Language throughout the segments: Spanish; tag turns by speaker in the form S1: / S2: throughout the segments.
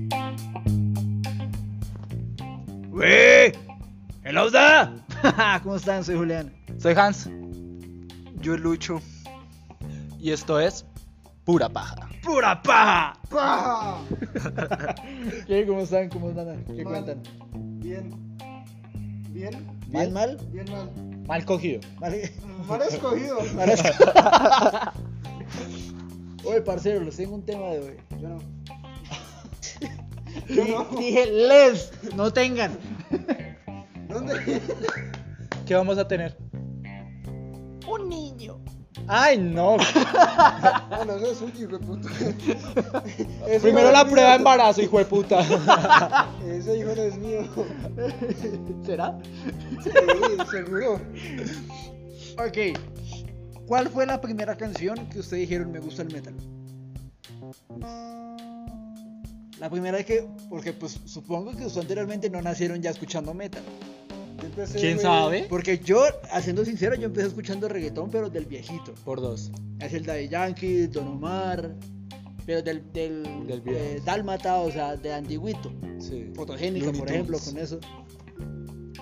S1: ¿Cómo están? Soy Julián.
S2: Soy Hans
S3: Yo el Lucho.
S2: y esto es Pura Paja.
S1: ¡Pura paja! ¿Qué? ¿Cómo están? ¿Cómo andan? ¿Qué
S3: Mal.
S1: cuentan?
S3: Bien. Bien.
S1: ¿Mal, mal?
S3: Bien mal.
S2: Mal cogido.
S1: ¿Mal?
S3: Mal escogido.
S1: Oye, parcero, les tengo un tema de hoy.
S3: Yo no. Yo
S1: Di-
S3: no.
S1: Dije, les, no tengan.
S3: ¿Dónde?
S2: ¿Qué vamos a tener?
S1: Un niño.
S2: ¡Ay, no!
S3: Ah, no, eso es sushi, hijo de puta.
S2: Primero la prueba de embarazo, hijo de puta.
S3: Ese hijo no es mío.
S1: ¿Será?
S3: Sí, seguro.
S1: Ok. ¿Cuál fue la primera canción que ustedes dijeron me gusta el metal? La primera es que, porque pues supongo que ustedes anteriormente no nacieron ya escuchando metal.
S3: Yo empecé,
S2: ¿Quién
S3: güey,
S2: sabe?
S1: Porque yo, haciendo sincero, yo empecé escuchando reggaetón, pero del viejito.
S2: Por dos.
S1: Es el de Yankee, Don Omar, pero del, del,
S2: Del viejo.
S1: eh, Dálmata, o sea, de antiguito.
S2: Sí.
S1: Fotogénica,
S2: Looney
S1: por
S2: Tunes.
S1: ejemplo, con eso.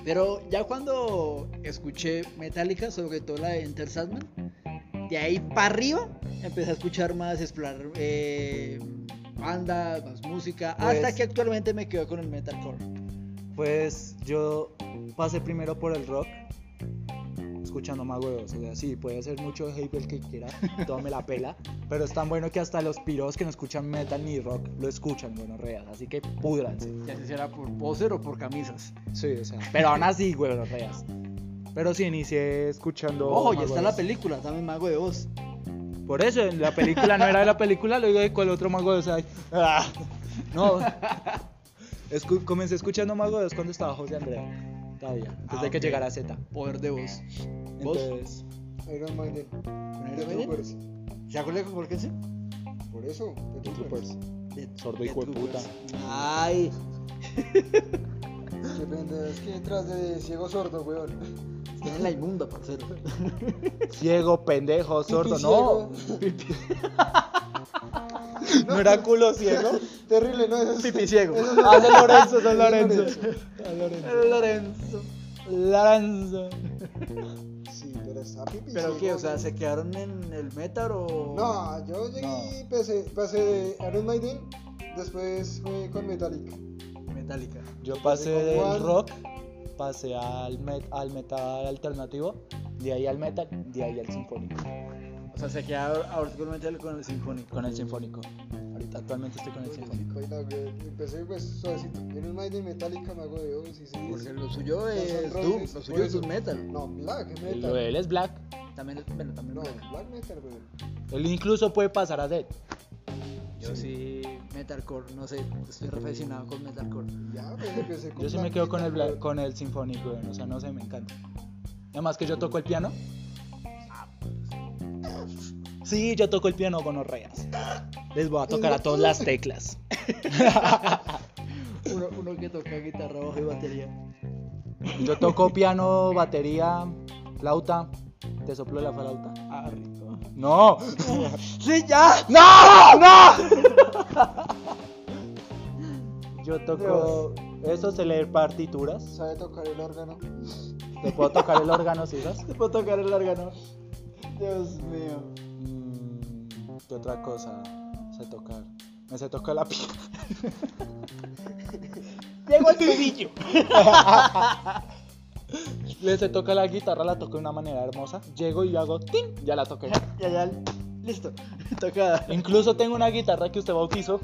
S1: Pero ya cuando escuché Metallica, sobre todo la de Enter Sandman, de ahí para arriba empecé a escuchar más, explorar eh, banda, más música, hasta
S2: Pues-
S1: que actualmente me quedo con el metalcore.
S2: Pues yo pasé primero por el rock, escuchando más huevos. O sea, sí, puede ser mucho hate el que quiera, todo me la pela. Pero es tan bueno que hasta los piros que no escuchan metal ni rock lo escuchan, bueno, reas. Así que pudranse.
S1: Ya se será por poser o por camisas.
S2: Sí, o sea. Pero aún así, huevos, reas. Pero sí, inicié escuchando.
S1: Ojo, ya
S2: más
S1: está
S2: huevos.
S1: la película, también mago de voz.
S2: Por eso, en la película no era de la película, luego de cuál otro mago de Oz hay. Ah, no. Escu- comencé escuchando mago de Oz cuando estaba José Andrea. Todavía, antes
S1: Ah,
S2: de que
S1: ok.
S2: llegara Z.
S1: Poder de voz. ¿Vos?
S2: Entonces,
S3: Iron Maiden. The
S1: Maiden?
S3: Troopers.
S1: ¿Se acuerdan con por qué sí?
S3: Por eso. The Troopers.
S1: De-
S2: Sordo
S1: de
S2: hijo de puta.
S1: Troopers. Ay,
S3: Qué pendejo, Es que entras de ciego sordo, weón.
S1: está en la inmunda, parcero.
S2: ciego, pendejo, sordo, no.
S3: No.
S2: No era culo ciego.
S3: Terrible, ¿no? Eso es-
S2: Pipi ciego.
S3: eso es-
S2: Ah, San Lorenzo, San
S3: Lorenzo.
S2: Lorenzo. San Lorenzo.
S1: Lorenzo.
S2: Lorenzo.
S3: Sí, pero está pipi
S1: ¿Pero
S3: ciego,
S1: qué? O sea,
S3: güey.
S1: ¿se quedaron en el metal o...?
S3: No, yo llegué y pasé, pasé de Iron Maiden, después fue con Metallica.
S1: Metallica.
S2: Yo pasé
S3: Con Juan.
S2: del rock, pasé al, met- al metal alternativo, de ahí al metal, de ahí al sinfónico.
S1: O sea, se quedaron ahorita con el metal con el sinfónico.
S2: Con el sinfónico. Ahorita actualmente estoy con el sinfónico.
S3: Y la- Empecé pues suavecito. Iron Maiden, Metallica, Mago de Oz, y sí.
S1: Porque lo suyo
S3: Guns N'
S1: es Doom,
S3: Roses,
S1: lo
S3: por
S1: suyo es
S3: eso.
S1: Doom Metal.
S3: No, Black
S2: El- Lo
S3: Metal.
S2: de él es black.
S1: También, bueno, también
S3: No,
S1: metal.
S3: Black Metal, güey.
S2: Él incluso puede pasar a dead.
S1: Yo sí, metalcore, no sé, estoy reflexionado con metalcore.
S3: Ya, pues empecé con
S2: Yo sí me
S3: Black
S2: quedo con el,
S3: Metal,
S2: bla- con el sinfónico, weón, o sea, no sé, me encanta. Además que yo toco el piano. Sí, yo toco el piano con orreas. Les voy a tocar a todas las teclas.
S1: Uno, uno que toca guitarra, bajo y batería.
S2: Yo toco piano, batería, flauta. Te soplo la flauta.
S1: Ah, rico.
S2: No.
S1: ¡Sí, ya!
S2: ¡No! ¡No! Yo toco. Eso se leer partituras.
S3: Sabe tocar el órgano.
S2: Te puedo tocar el órgano, si ¿sí?
S1: Se puede tocar el órgano. Dios mío.
S2: Mm, ¿Qué otra cosa sé tocar? Me sé tocar la piel.
S1: Llegó el tubillo.
S2: Le sé tocar la guitarra, la toco de una manera hermosa. Llego y hago ¡tin! Ya la toqué.
S1: ya, ya. Listo. Toca.
S2: Incluso tengo una guitarra que usted bautizó,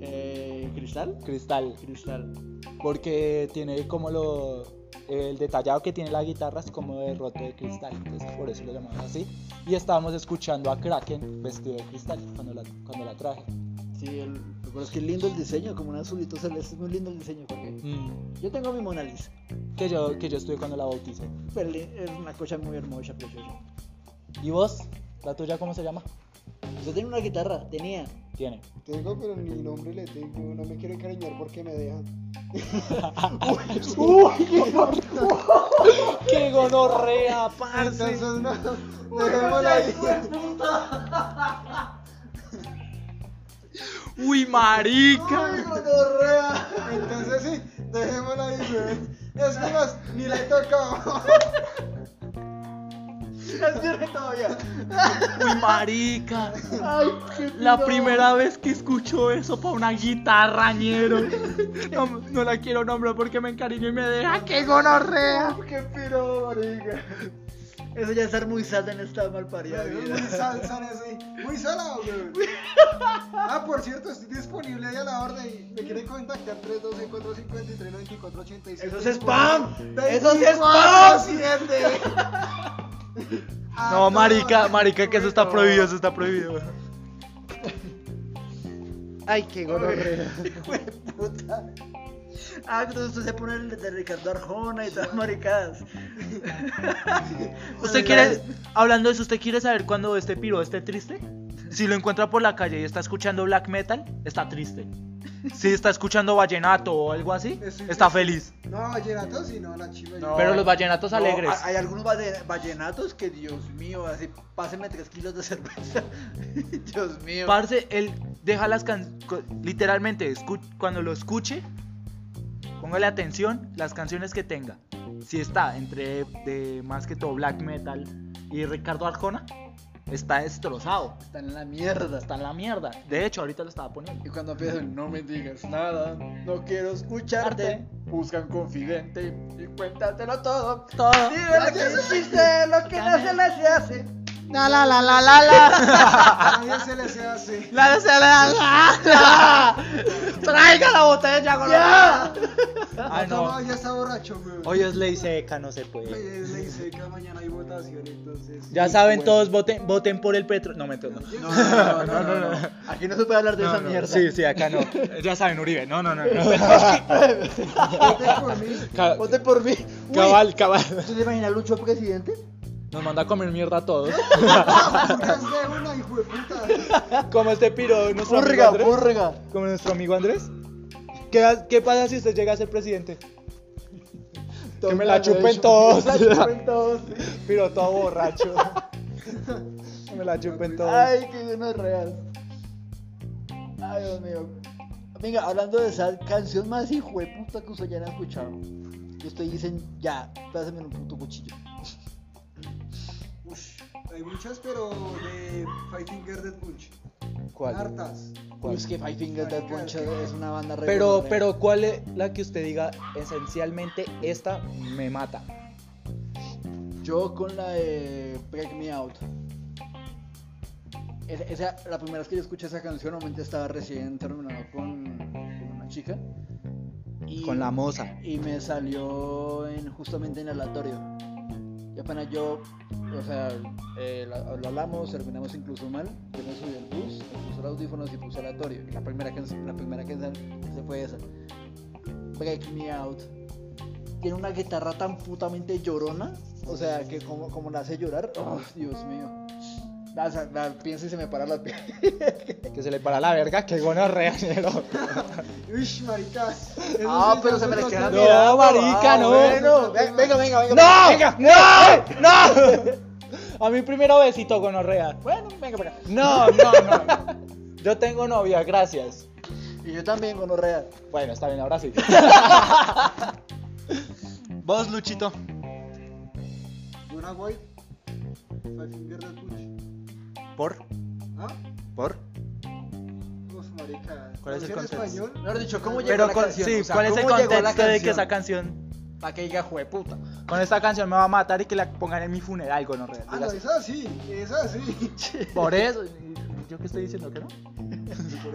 S1: Eh, ¿Cristal?
S2: cristal,
S1: Cristal.
S2: porque tiene como lo. El detallado que tiene la guitarra es como de roto de cristal, entonces por eso lo llamamos así. Y estábamos escuchando a Kraken vestido de cristal cuando la, cuando la traje.
S1: Sí, el... pero es que lindo el diseño, como un azulito celeste. Es muy lindo el diseño. ¿para qué?
S2: Mm,
S1: Yo tengo mi Mona Lisa.
S2: que, yo, que yo estuve cuando la bauticé.
S1: Pero li- es una cosa muy hermosa, preciosa.
S2: ¿Y vos? ¿La tuya cómo se llama?
S1: Usted tiene una guitarra, tenía.
S2: Tiene.
S3: Tengo, pero ni nombre le tengo. No me quiero encariñar porque me dejan.
S2: ¡Qué gonorrea!
S3: Entonces, no. Dejémosla ahí.
S2: ¡Uy, marica!
S3: Entonces, sí, dejémosla ahí, güey. Es que más, ni le tocó.
S1: Es firme todavía.
S2: Uy, marica.
S3: Ay, qué
S2: La
S3: tiro.
S2: primera vez que escucho eso para una guitarra, ñero. No, no la quiero nombrar porque me encariño y me deja. ¡Qué gonorrea!
S3: Uf, Qué piro, marica.
S1: Eso ya es estar muy sad en esta malparida vida.
S3: Muy salsa ese. Muy sola, güey. Ah, por cierto, estoy disponible ahí a la orden. Me quieren contactar 312 453 9486
S1: Eso es spam. Eso es spam.
S3: 7. Ah,
S1: Ah,
S2: No, marica, marica, que eso está prohibido, eso está prohibido.
S1: Ay, qué gonorrea.
S3: Hijo de puta.
S1: Ah, entonces usted se pone el de Ricardo Arjona y todas maricadas.
S2: ¿Usted quiere, hablando de eso, ¿usted quiere saber cuándo este piro esté triste? Si lo encuentra por la calle y está escuchando black metal, está triste. Si está escuchando vallenato o algo así,
S3: Estoy
S2: está
S3: triste.
S2: feliz.
S3: No, Gerato, si no, la chiva.
S1: No.
S2: Pero los vallenatos
S1: No,
S2: alegres.
S1: ha- hay algunos valle- vallenatos que, Dios mío, así, pásenme tres kilos de cerveza. Dios mío.
S2: Parce, él deja las canciones. Literalmente, escu- cuando lo escuche, póngale atención las canciones que tenga. Si está entre de, más que todo black metal y Ricardo Arjona, está destrozado.
S1: Está en la mierda.
S2: Está en la mierda. De hecho, ahorita lo estaba poniendo.
S1: Y cuando empiezan, no me digas nada, no quiero escucharte. Buscan confidente y cuéntatelo todo.
S2: Todo.
S3: Ah,
S1: Dime que hiciste lo que no se les hace.
S2: La la la la la la.
S3: A nadie Ah, se les hace.
S2: La la la la. Traiga la botella,
S1: ¡Ya!
S2: Ah,
S3: no.
S2: no.
S3: Ya está borracho, güey.
S2: Hoy es ley seca, no se puede.
S3: Oye, es ley seca, mañana hay votación, entonces.
S2: Ya saben todos, voten, voten por el petro. No, me no.
S1: No, no, no, no, no, no. Aquí no se puede hablar de esa mierda.
S2: Sí, sí, acá no. Ya saben, Uribe. No, no, no.
S3: Voten por mí.
S2: Ca-
S1: Ponte por mí. Uy,
S2: cabal, cabal.
S1: ¿Tú te imaginas Lucho presidente?
S2: Nos manda a comer mierda a todos.
S3: Puras de una, hijo de puta.
S2: Como este piro, nuestro amigo
S1: Púrrega,
S2: Andrés.
S1: púrrega.
S2: Como nuestro amigo Andrés. ¿Qué, ha- qué pasa si usted llega a ser presidente? Que me la chupen todos.
S1: La chupen todos.
S2: Piro todo borracho. Que me la chupen todos.
S1: Ay, qué bueno real. Ay, Dios mío. Venga, hablando de esa canción más hijueputa que usted ya no ha escuchado. Y ustedes dicen, ya, pásame un puto cuchillo.
S3: Ush, hay muchas, pero de Fighting Girl Dead Punch.
S2: ¿Cuál?
S3: Hartas.
S1: Uy, es que Five Finger Death Punch es una banda re
S2: Pero,
S1: buena, re-
S2: pero, ¿cuál es la que usted diga esencialmente esta me mata?
S1: Yo con la de Break Me Out. Esa, esa- la primera vez que yo escuché esa canción, obviamente estaba recién terminado con, con una chica. Y,
S2: Con la moza.
S1: y me salió en- justamente en el aleatorio. Y apenas yo, o sea, eh, la- lo hablamos, terminamos incluso mal. Yo me subí al bus, me puse los audífonos y puse aleatorio. Y la primera canción, la primera canción se fue esa. Break Me Out. Tiene una guitarra tan putamente llorona, o sea, que como, como la hace llorar, oh, Dios mío. La, sa- la pienso y se me para la piel.
S2: Que se le para la verga, que gonorrea, negro.
S3: Ush, maricas.
S1: Ah, pero se me le queda
S2: bien. mirando, ah,
S3: bueno.
S1: Ve- venga, venga, venga.
S2: ¡No! ¡No! ¡No! A mi primero besito gonorrea.
S1: Bueno, venga, venga.
S2: No, no, no. Yo tengo novia, gracias.
S1: Y yo también, gonorrea.
S2: Bueno, está bien, ahora sí. Vos, Luchito.
S3: Una White. Fighting Girl Dead Punch.
S2: ¿Por?
S3: ¿Ah?
S2: ¿Por?
S3: Uf, maricas.
S2: ¿Cuál es el
S3: Canción
S2: contexto?
S3: español?
S1: Mejor dicho, ¿cómo llegó
S2: Pero
S1: la
S2: con-
S1: canción?
S2: sí,
S1: O sea,
S2: ¿cuál es el
S1: ¿cómo llegó la
S2: contexto de que
S1: canción?
S2: esa canción?
S1: Para que diga jueputa.
S2: Con esta canción me va a matar y que la pongan en mi funeral, gonorrea.
S3: Ah, no,
S2: Digas,
S3: esa sí, esa sí.
S2: Por eso. ¿Yo qué estoy diciendo que no?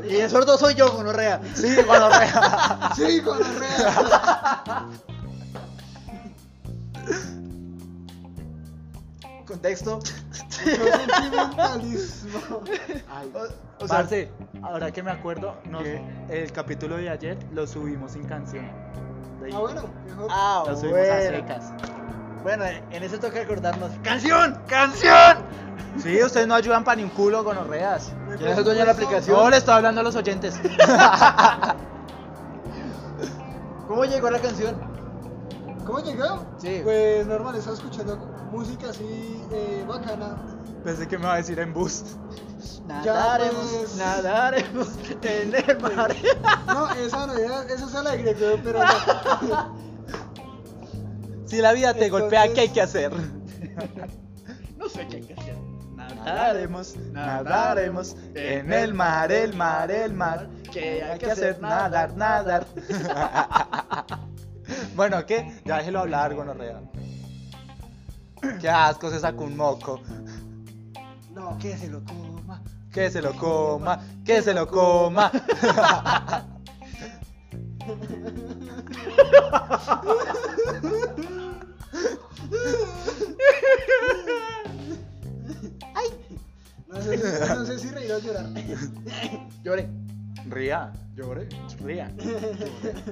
S1: Y el sordo soy yo, gonorrea.
S2: Sí, gonorrea.
S3: Sí, con la red.
S1: Contexto.
S3: sentimentalismo. Ah,
S1: O, o sea,
S2: Parce, ahora que me acuerdo, nos-
S1: ¿Qué?
S2: el capítulo de ayer lo subimos sin canción. De ahí.
S3: Ah, bueno, mejor.
S1: ah,
S2: Lo subimos a
S1: bueno.
S2: secas.
S1: Bueno, en ese toca acordarnos. ¡Canción! ¡Canción!
S2: Sí, ustedes no ayudan para ni un culo con orreas.
S1: ¿Quién es el
S3: Pues,
S1: dueño de la aplicación?
S2: Yo le estoy hablando a los oyentes.
S1: ¿Cómo llegó la canción?
S3: ¿Cómo llegó?
S1: Sí.
S3: Pues normal, estaba escuchando música así eh, bacana.
S2: Pensé que me va a decir en boost.
S1: Nadaremos,
S3: Ya, pues.
S1: nadaremos en el mar.
S3: No, esa no, esa, esa es alegre, pero, pero no.
S2: Si la vida te
S3: Entonces-
S2: golpea, ¿qué hay que hacer?
S1: No sé qué hay que hacer.
S2: Nadaremos, nadaremos en el mar, el mar, el mar. ¿Qué hay que hacer? Nadar, nadar.
S4: Bueno, ¿qué? Ya déjelo hablar, gonorrea.
S2: Qué asco, se sacó un moco.
S3: No, que se lo coma.
S2: Que se lo coma, que se lo coma.
S3: No sé, si- no sé si reír o llorar.
S1: Lloré.
S2: Ría,
S4: Lloré.
S2: ría,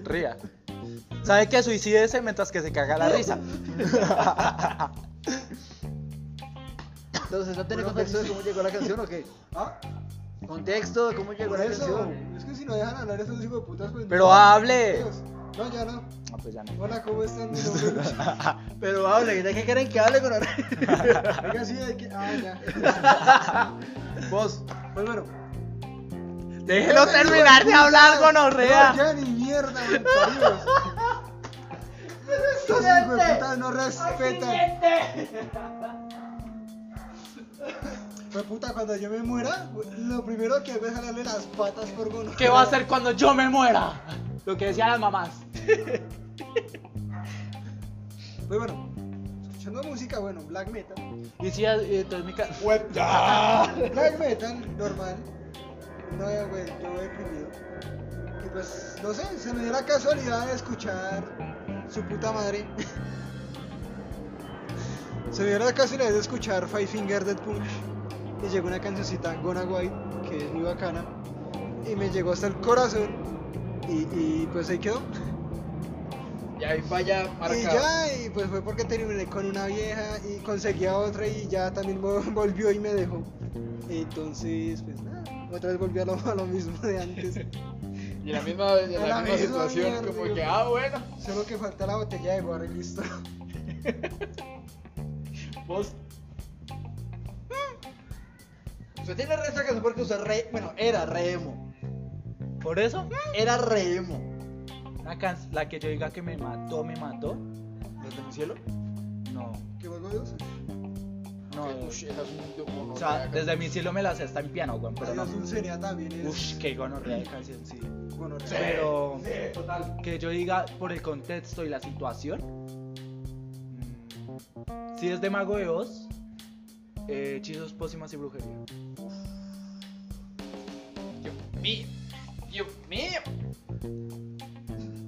S2: ría. ¿Sabe qué? Suicídese mientras que se caga la risa.
S1: Entonces, ¿no tiene
S3: Bueno,
S1: contexto de
S3: pues-
S1: cómo llegó la canción o qué?
S3: ¿Ah?
S1: Contexto de cómo llegó
S3: Por
S1: la
S3: eso.
S1: canción.
S3: Es que si no dejan hablar estos hijos de putas, pues.
S2: Pero
S3: no.
S2: hable.
S3: No, ya no.
S4: Ah, pues ya no.
S3: Hola, ¿cómo están? Mi nombre es Lucho.
S1: Pero hable, ¿de qué quieren que hable con ahora?
S3: Oiga, sí, hay que. Ah, ya.
S1: Vos.
S3: Pues bueno.
S2: Déjelo terminar de hablar,
S3: No,
S2: gonorrea.
S3: ya ni mierda, mentiros. Estos hijos de puta no respetan. Pues puta, cuando yo me muera, lo primero que hago es jalarle las patas por gonorrea.
S2: ¿Qué va a hacer cuando yo me muera? Lo que decían las mamás.
S3: Pues bueno, escuchando música, bueno, black metal.
S2: Y si eh, entonces mi ca-
S3: Black metal, normal. No, eh, güey, yo deprimido. Y pues, no sé, se me dio la casualidad de escuchar su puta madre. se me dio la casualidad de escuchar Five Finger Dead Punch. Y llegó una cancioncita, Gonna White, que es muy bacana. Y me llegó hasta el corazón. Y, y pues ahí quedó.
S1: Y ahí vaya marcado.
S3: Y ya, y pues fue porque terminé con una vieja y conseguí a otra y ya también vol- volvió y me dejó. Entonces, pues nada, otra vez volví a lo, a lo mismo de antes.
S1: Y la misma, y
S3: A
S1: la
S3: la
S1: misma
S3: misma
S1: situación,
S3: mierda,
S1: como
S3: yo-
S1: que, ah, bueno.
S3: Solo que falta la botella de guarra y listo.
S1: Vos. Usted tiene resto que porque usted re... Bueno, era remo.
S2: Por eso,
S1: Era remo.
S2: la, can- la que yo diga que me mató, me mató.
S1: ¿Desde el cielo?
S2: No,
S3: ¿Qué más Dios?
S2: no.
S1: Que, ush, esa es un- como no
S2: O sea,
S1: sea,
S2: desde mi cielo me la sé, está en piano, weón, pero no.
S3: Adiós dulcería también es.
S2: Uf, qué gonorrea de canción, sí.
S3: Bueno,
S2: Pero que yo diga por el contexto y la situación. mm, Si es de Mago de Oz, eh, hechizos, pócimas y brujería.
S1: Dios mío. Dios mío.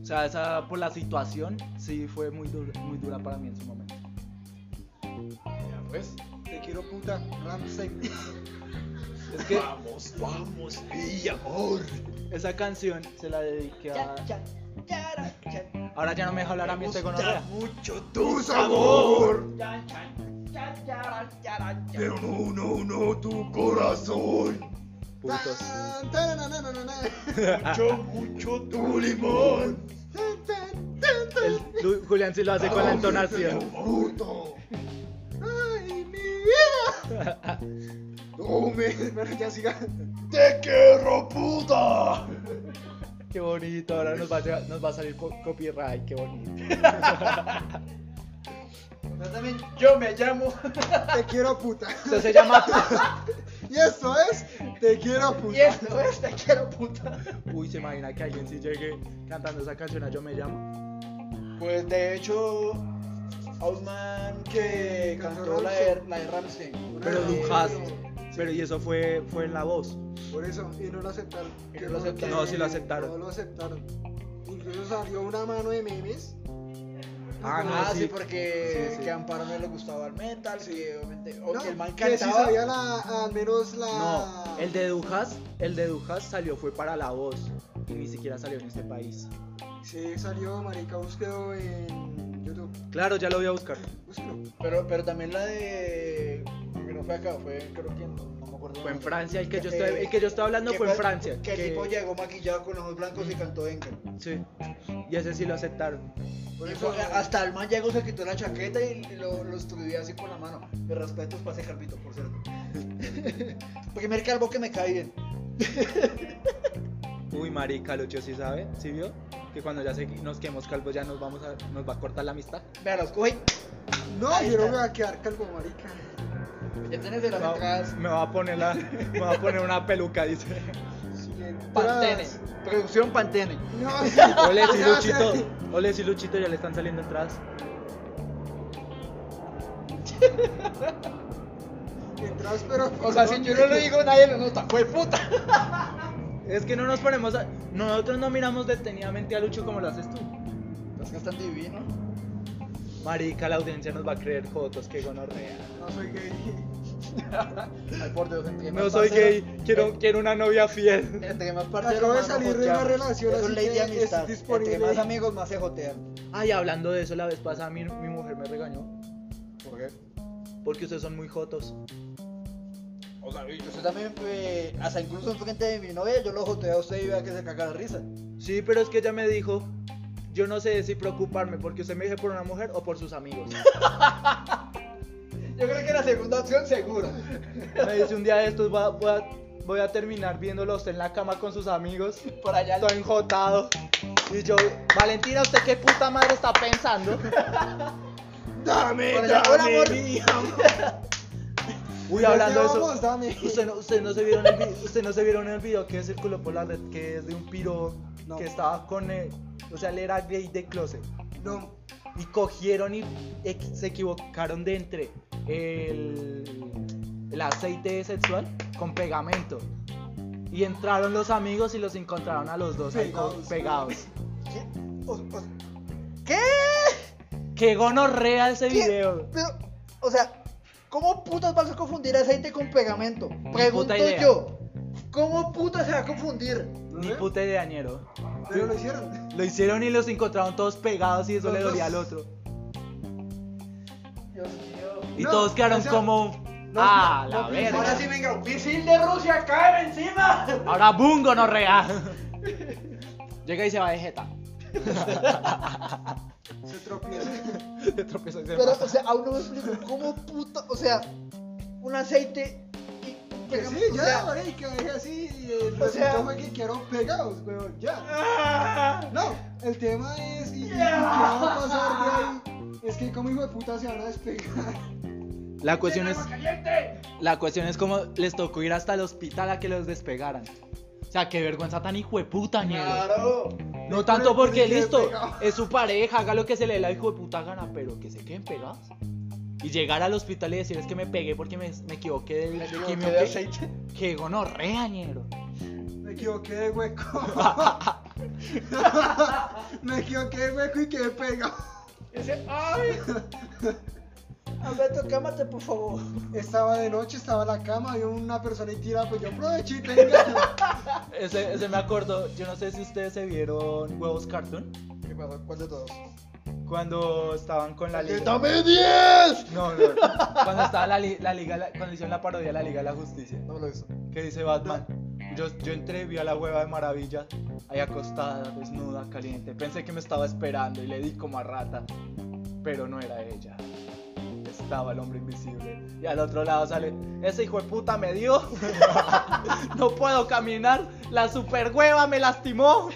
S2: O sea, esa por la situación sí fue muy dura, muy dura para mí en su momento.
S1: Ya, pues.
S3: Te quiero puta, Ramsey.
S2: Es que
S1: Vamos, vamos, mi amor.
S2: esa canción se la dediqué a. Ahora ya no me deja hablar a mí este gonorrea.
S1: mucho tu sabor. Pero no, no, no, tu corazón.
S2: Putos.
S3: Tan, tarananana.
S1: Mucho, mucho tu limón.
S3: Tan, tan, tan, tan.
S2: El- Lu- Julián sí lo hace con la entonación.
S1: Puto.
S3: ¡Ay, mi vida! Bueno, ya siga.
S1: Te quiero, puta.
S2: Qué bonito, ahora nos va a, llegar- nos va a salir po- copyright, qué bonito.
S1: Yo también, yo me llamo.
S3: Te quiero puta.
S2: Eso se llama.
S3: Y esto es Te quiero puta.
S1: Y esto es te quiero, puta.
S2: Uy, se imagina que alguien si llegue cantando esa canción a Yo Me Llamo.
S1: Pues de hecho, Ausman que cantó la de, la de eh, Ramstein.
S2: Pero
S3: Ah,
S2: Lucas.
S3: sí.
S2: Pero y eso fue, fue en la voz.
S3: Por eso, y no lo aceptaron.
S1: Y no lo aceptaron.
S2: No, sí lo aceptaron.
S3: No lo aceptaron. Incluso salió una mano de memes.
S2: Ah, no,
S1: Ah, sí,
S2: sí.
S1: porque
S2: Sí, sí.
S1: que a Amparo no le gustaba el metal, que obviamente, o
S3: No,
S1: que el man
S3: que si
S1: cantaba.
S3: sabía la, al menos la.
S1: Ah.
S2: No, el de Dujas, el de Dujas salió fue para la voz. Y ni siquiera salió en este país.
S3: Sí, salió, marica, búsquelo en YouTube.
S2: Claro, ya lo voy a buscar.
S3: Búsquelo.
S1: Pero, pero también la de. Que no fue acá, fue creo que en- no me acuerdo.
S2: Fue en
S1: dónde.
S2: Francia, el que yo
S1: Eh,
S2: estoy, el que yo estoy hablando
S1: que
S2: fue en
S1: fue-
S2: Francia.
S1: Que el tipo llegó maquillado con ojos blancos y cantó Engel.
S2: Sí. Y ese sí lo aceptaron.
S3: Por
S1: Y
S3: eso,
S1: fue- hasta el man llegó, se quitó la chaqueta y lo, lo estudié así con la mano. De respetos para ese calvito, por cierto. porque me calvo que me cae bien.
S2: Uy, marica, Lucho sí sabe, ¿sí vio? Que cuando ya se- nos quedemos calvos ya nos vamos a, nos va a cortar la amistad.
S1: Vea, los cogen.
S3: No,
S1: Ahí
S3: yo no
S1: está.
S3: me voy a quedar calvo, marica.
S1: Ya tienes de las
S2: Me va-
S1: entradas.
S2: Me va a poner la, me va a poner una peluca, dice.
S3: Siguiente.
S1: Pantene. Producción Pantene.
S3: No, sí.
S1: Ah,
S2: Ole, sí,
S3: Ya,
S2: Luchito.
S3: sí.
S2: Ole, sí, Luchito, ya le están saliendo entradas.
S3: Entradas, pero.
S1: O sea, si yo no lo digo, nadie lo nota. Fue puta.
S2: Es que no nos ponemos a... Nosotros no miramos detenidamente a Lucho como lo haces tú.
S1: Los que están divinos.
S2: Marica, la audiencia nos va a creer jotos, que gonorrea.
S3: No soy gay.
S1: Al por Dios, entre
S2: No
S1: más Eh.
S2: soy
S1: parceros-
S2: gay, quiero, quiero una novia fiel.
S1: Entre más
S3: Acabo de
S1: más nos
S3: salir de una
S1: joteamos.
S3: relación,
S1: Eso es
S3: así
S1: ley de
S3: que es
S1: amistad.
S3: disponible.
S1: Entre más amigos, más se jotean.
S2: Ay, hablando de eso, la vez pasada mi, mi mujer me regañó.
S1: ¿Por qué?
S2: Porque ustedes son muy jotos.
S1: O sea, yo también, eh, hasta incluso enfrente de mi novia, yo lo joteé a usted y vea que se caga la risa.
S2: Sí, pero es que ella me dijo, yo no sé si preocuparme porque usted me dice por una mujer o por sus amigos.
S1: Yo creo que la segunda opción seguro.
S2: Me dice un día de estos, voy a, voy a- voy a terminar viéndolo a usted en la cama con sus amigos.
S1: Por allá.
S2: Estoy enjotado. Y yo, Valentina, ¿usted qué puta madre está pensando?
S3: Dame,
S1: Por allá,
S3: dame,
S1: hola, amor.
S3: mi
S2: Uy, hablando de
S3: Vamos,
S2: eso.
S3: dame.
S2: Usted no, usted no se vieron el video, usted no se vieron el video que circuló por la red, que es de un piro
S3: No.
S2: que estaba con él. O sea, él era gay de closet.
S3: No.
S2: Y cogieron y ex- se equivocaron de entre el, el aceite sexual con pegamento. Y entraron los amigos y los encontraron a los dos ahí co-
S3: Pegados.
S2: pegados.
S1: O- o-
S2: ¡Qué gonorrea ese
S1: ¿Qué?
S2: video!
S1: Pero, o sea, ¿cómo putas vas a confundir aceite con pegamento? Pregunto
S2: idea.
S1: yo. ¿Cómo putas se va a confundir?
S2: Ni puta de dañero.
S3: ¿Eh? Pero lo hicieron.
S2: Lo hicieron y los encontraron todos pegados y eso
S3: Los
S2: le
S3: dos.
S2: dolía al otro.
S1: Dios mío.
S2: Y
S3: No,
S2: todos quedaron
S3: o sea,
S2: como.
S3: no,
S2: ¡Ah,
S3: no,
S2: la
S3: no,
S2: verga!
S1: Ahora sí venga, un misil de Rusia cae encima.
S2: Ahora boom, gonorrea. Llega y se va de jeta.
S3: Se tropieza.
S2: Se tropezó y se
S1: Pero,
S2: mata.
S1: o sea, aún no me explico. ¿Cómo puta? O sea, un aceite y un
S3: Que sí,
S1: pegamento. o
S3: ya,
S1: sea,
S3: marica, es así. y El
S1: O sea- ¡Ah!
S3: resultado fue que quedaron pegados, weón, ya. No, el tema es, y, y qué va a pasar de ahí, es que como hijo de puta se van a despegar.
S2: La cuestión es. La cuestión es cómo les tocó ir hasta el hospital a que los despegaran. O sea, qué vergüenza tan hijo de puta,
S1: claro.
S2: No tanto
S3: Pero,
S2: porque
S3: ¿por qué
S2: listo,
S3: pegado?
S2: es su pareja, haga lo que se le dé la hijo de puta gana, pero que se queden pegados. Y llegar al hospital y decir es que me pegué porque me, me equivoqué del
S1: Me equivoqué
S2: quimio
S1: de
S2: que-
S1: aceite.
S2: Que gonorrea, ñero.
S3: Me equivoqué de hueco. Me equivoqué de hueco y quedé pegado.
S1: Ese, Ah, ay. Alberto, cámate, por favor.
S3: Estaba de noche, estaba en la cama, había una persona y tira, pues yo aproveché y tenía.
S2: Ese, ese me acuerdo, yo no sé si ustedes se vieron Huevos Cartoon
S3: ¿Qué pasó? ¿Cuál de todos?
S2: cuando estaban con la liga.
S1: ¡Dame 10!
S2: No, no, cuando estaba la, li- la liga, la- cuando hicieron la parodia de la Liga de la Justicia,
S1: No me lo hizo.
S2: que dice Batman. Yo, yo entré, vi a la hueva de maravilla, ahí acostada, desnuda, caliente. Pensé que me estaba esperando y le di como a rata, pero no era ella. Estaba el hombre invisible. Y al otro lado sale, ese hijo de puta me dio. no puedo caminar, la super hueva me lastimó.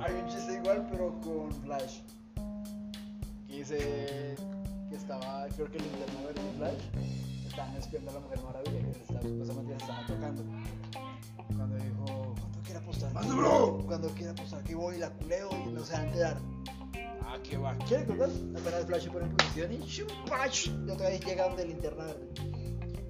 S1: Hay un chiste igual, pero con Flash. Que dice que estaba, creo que el interno verde de Flash. Estaban espiando a la Mujer Maravilla, que se estaba, supuestamente se estaban tocando. Cuando dijo, cuando quiera apostar, que- cuando quiera apostar, que voy y la culeo y no se van a enterar. Ah, qué va. ¿Quiere contar? Apenas Flash se pone en posición y chupash. Y otra vez llega donde el interno verde.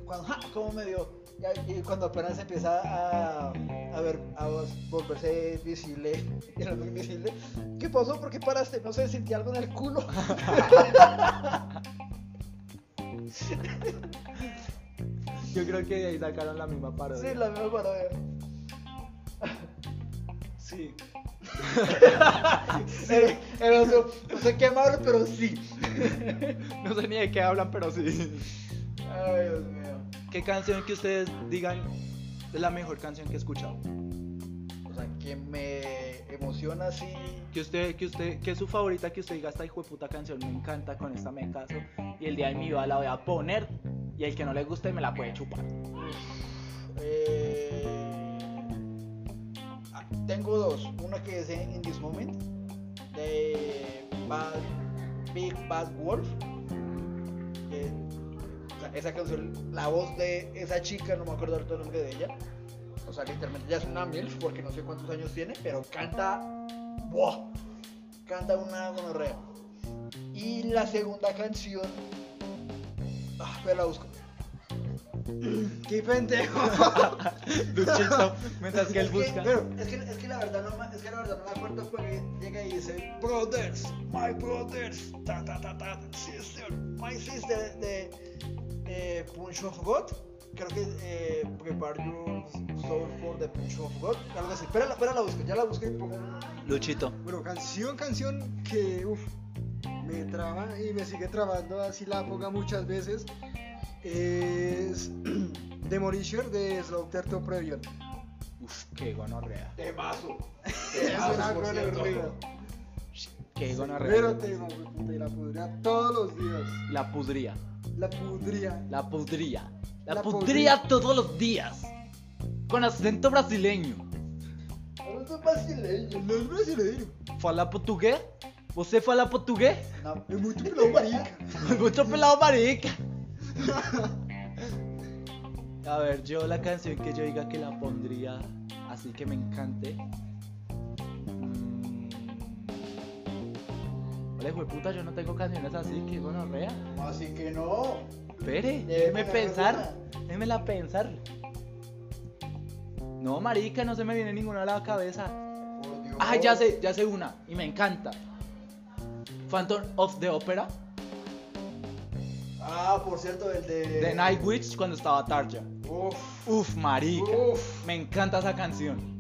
S1: Cuando, ¡ja! ¿Cómo me dio? Y ahí- Y, cuando apenas empieza a, a ver, a volverse visible, y era muy visible, ¿qué pasó? ¿Por qué paraste? No sé, sentí algo en el culo.
S2: Yo creo que de ahí sacaron la misma parodia.
S1: Sí, la misma parodia.
S2: sí.
S1: Era, era otro, no sé qué malo, pero sí.
S2: No sé ni de qué hablan, pero sí.
S1: Ay, Dios mío.
S2: ¿Qué canción que ustedes digan es la mejor canción que he escuchado?
S1: O sea, que me emociona así.
S2: Que usted, que usted, que es su favorita, que usted diga esta hijo de puta canción me encanta, con esta me caso y el día de mi vida la voy a poner y el que no le guste me la puede chupar.
S1: Eh, tengo dos. Una que es en In This Moment, de Bad- Big Bad Wolf. que- o sea, esa canción, la voz de esa chica, no me acuerdo ahorita el nombre de ella. O sea, literalmente ya es una MILF porque no sé cuántos años tiene, pero canta. ¡Buah! Canta una gonorrea. Y la segunda canción. Ah, pero la busco.
S3: ¡Qué pendejo!
S5: Luchito, mientras que él
S1: Es
S5: busca.
S1: pero es, que, es que la verdad no me, es que la verdad no me acuerdo porque llega y dice Brothers, my brothers, ta ta ta ta, sister, my sister de eh, Punch of God. Creo que es eh, Prepare Your Soul for the Punch of God. Algo así. Espera, espera la busco, ya la busqué y pongo un-
S2: Luchito.
S3: Bueno, canción, canción que uf, me traba y me sigue trabando así la ponga muchas veces es Demolition de Slaughter to Previon.
S5: Uf, qué gonorrea.
S1: temazo.
S3: Es una
S1: Temazo, Ah, por cierto.
S3: gonorrea.
S5: Qué gonorrea.
S3: Pero te digo, güey, puta, y la pudría todos los días.
S2: La pudría.
S3: La pudría.
S2: La pudría. La,
S3: La
S2: pudría,
S3: pudría.
S2: todos los días. Con acento brasileiro.
S1: Pero eso es brasileño.
S3: No es brasileiro.
S2: Falar portugués? Você fala portugués?
S1: No,
S3: Es muy pelado, marica.
S2: Mucho pelado marica. A ver, yo la canción que yo diga que la pondría así que me encante. Mm. Vale, puta, yo no tengo canciones así, que bueno, rea.
S1: así que no.
S2: Espere,
S1: Debe
S2: déjeme
S1: poner
S2: pensar. Déjemela pensar. No, marica, no se me viene ninguna a la cabeza.
S1: Por Dios.
S2: Ah, ya sé, ya sé una, y me encanta. Phantom of the Opera.
S1: Ah, por cierto, el de.
S2: de Night Witch cuando estaba Tarja.
S1: Uf.
S2: Uf, marica.
S1: Uf.
S2: Me encanta esa canción.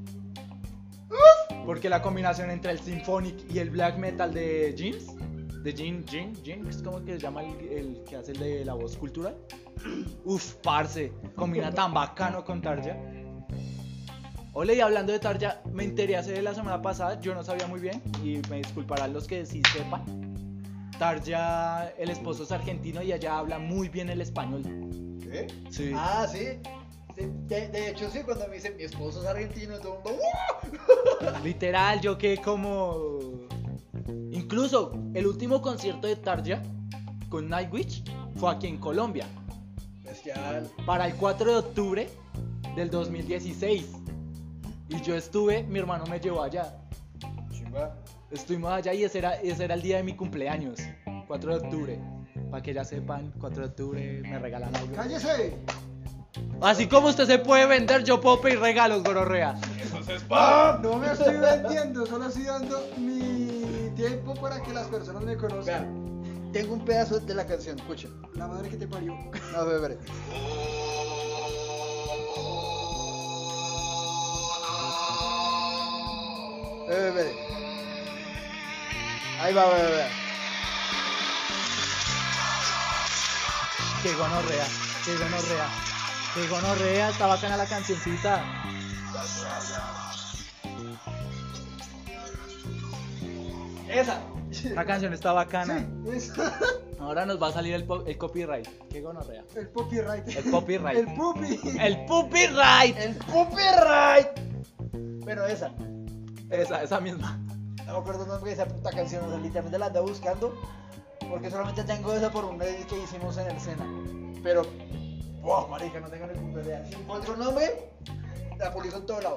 S2: Porque la combinación entre el symphonic y el black metal de James, de Jim, Jim, Jim, es como que se llama el, el que hace el de la voz cultural. Uf, parce, combina tan bacano con Tarja. Ole, y hablando de Tarja, me enteré hace la semana pasada, yo no sabía muy bien, y me disculparán los que sí sepan. Tarja, el esposo es argentino y allá habla muy bien el español.
S1: ¿Qué?
S2: Sí.
S1: Ah, sí. Sí, De, de hecho, sí, cuando me dicen mi esposo es argentino, todo el mundo, "¡Uh!".
S2: Literal, yo quedé como. Incluso el último concierto de Tarja con Nightwish fue aquí en Colombia
S1: Bestial.
S2: para el 4 de octubre del 2016. Y yo estuve, mi hermano me llevó allá.
S1: Chimba.
S2: Estuvimos allá y ese era, ese era el día de mi cumpleaños, 4 de octubre. Para que ya sepan, 4 de octubre me regalan algo.
S3: ¡Cállese!
S2: Así como usted se puede vender, yo puedo pedir regalos, gororrea.
S3: No me estoy vendiendo, solo estoy dando mi tiempo para que las personas me
S1: Vea,
S3: conozcan.
S1: tengo un pedazo de la canción, escucha.
S3: La madre que te parió.
S1: No, beberé. Beberé. Ahí va, beberé.
S2: Qué gonorrea, qué gonorrea, qué gonorrea, está bacana la cancioncita. Esa, la canción está bacana.
S3: Es
S2: Ahora nos va a salir el, po- el copyright. Qué gonorrea.
S3: el copyright.
S2: El copyright.
S3: El pupi.
S2: El copyright.
S1: El copyright. Bueno, esa.
S2: Esa, esa misma.
S1: No me acuerdo el nombre de esa puta canción, o sea, literalmente la andaba buscando. Porque solamente tengo esa por un edit que hicimos en el Sena. Pero, wow, marica, no tengo ni puta idea. Si encuentro un nombre, la publico en todo lado.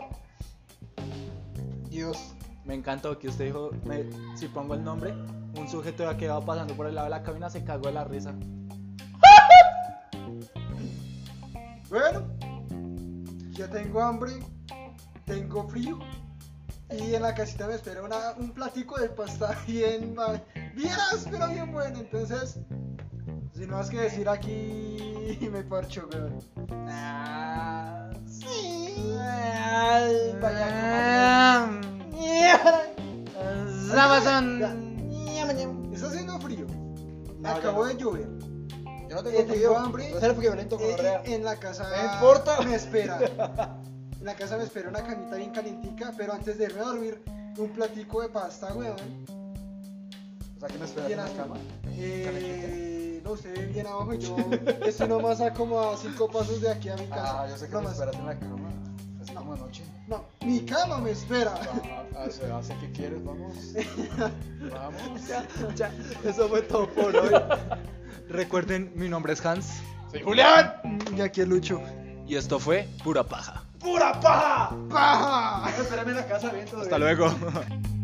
S1: Dios.
S2: Me encantó que usted dijo, me- si pongo el nombre, un sujeto ya que va pasando por el lado de la cabina se cagó de la risa.
S3: Bueno, yo tengo hambre, tengo frío y en la casita me espera una- un platico de pasta bien, ma- bien áspero, bien bueno. Entonces, sin más que decir aquí, me parcho, weón.
S1: Ah, sí. Ay, vaya
S2: Ah,
S1: que- Yo
S3: Está haciendo frío,
S1: No,
S3: acabó
S1: Ah, ya
S3: de llover.
S1: no
S3: Eh,
S1: tengo
S3: tengo
S1: frío.
S3: hambre.
S1: No será porque violento con
S3: Eh,
S1: Correa.
S3: en la casa
S1: No importa.
S3: me espera. En la casa me espera una camita bien calientica, pero antes de irme a dormir, un platico de pasta, weón.
S1: O sea, que me esperas
S3: Y en
S1: en
S3: la
S1: la cama.
S3: Eh, no sé, bien abajo y yo estoy nomás a como a cinco pasos de aquí a mi casa.
S1: Ah, yo sé que me
S3: Nomás.
S1: esperas en la cama.
S3: No,
S1: Buenas noches.
S3: no, mi cama me espera.
S1: Hace, Ah, hace que quieres, vamos. Vamos.
S2: Ya, eso fue todo por hoy. Recuerden, mi nombre es Hans.
S1: Soy Julián.
S2: Y aquí es Lucho. Y esto fue Pura Paja.
S1: ¡Pura paja!
S3: ¡Paja!
S1: Espérame en la casa, bien, todo
S2: Hasta
S1: bien.
S2: luego.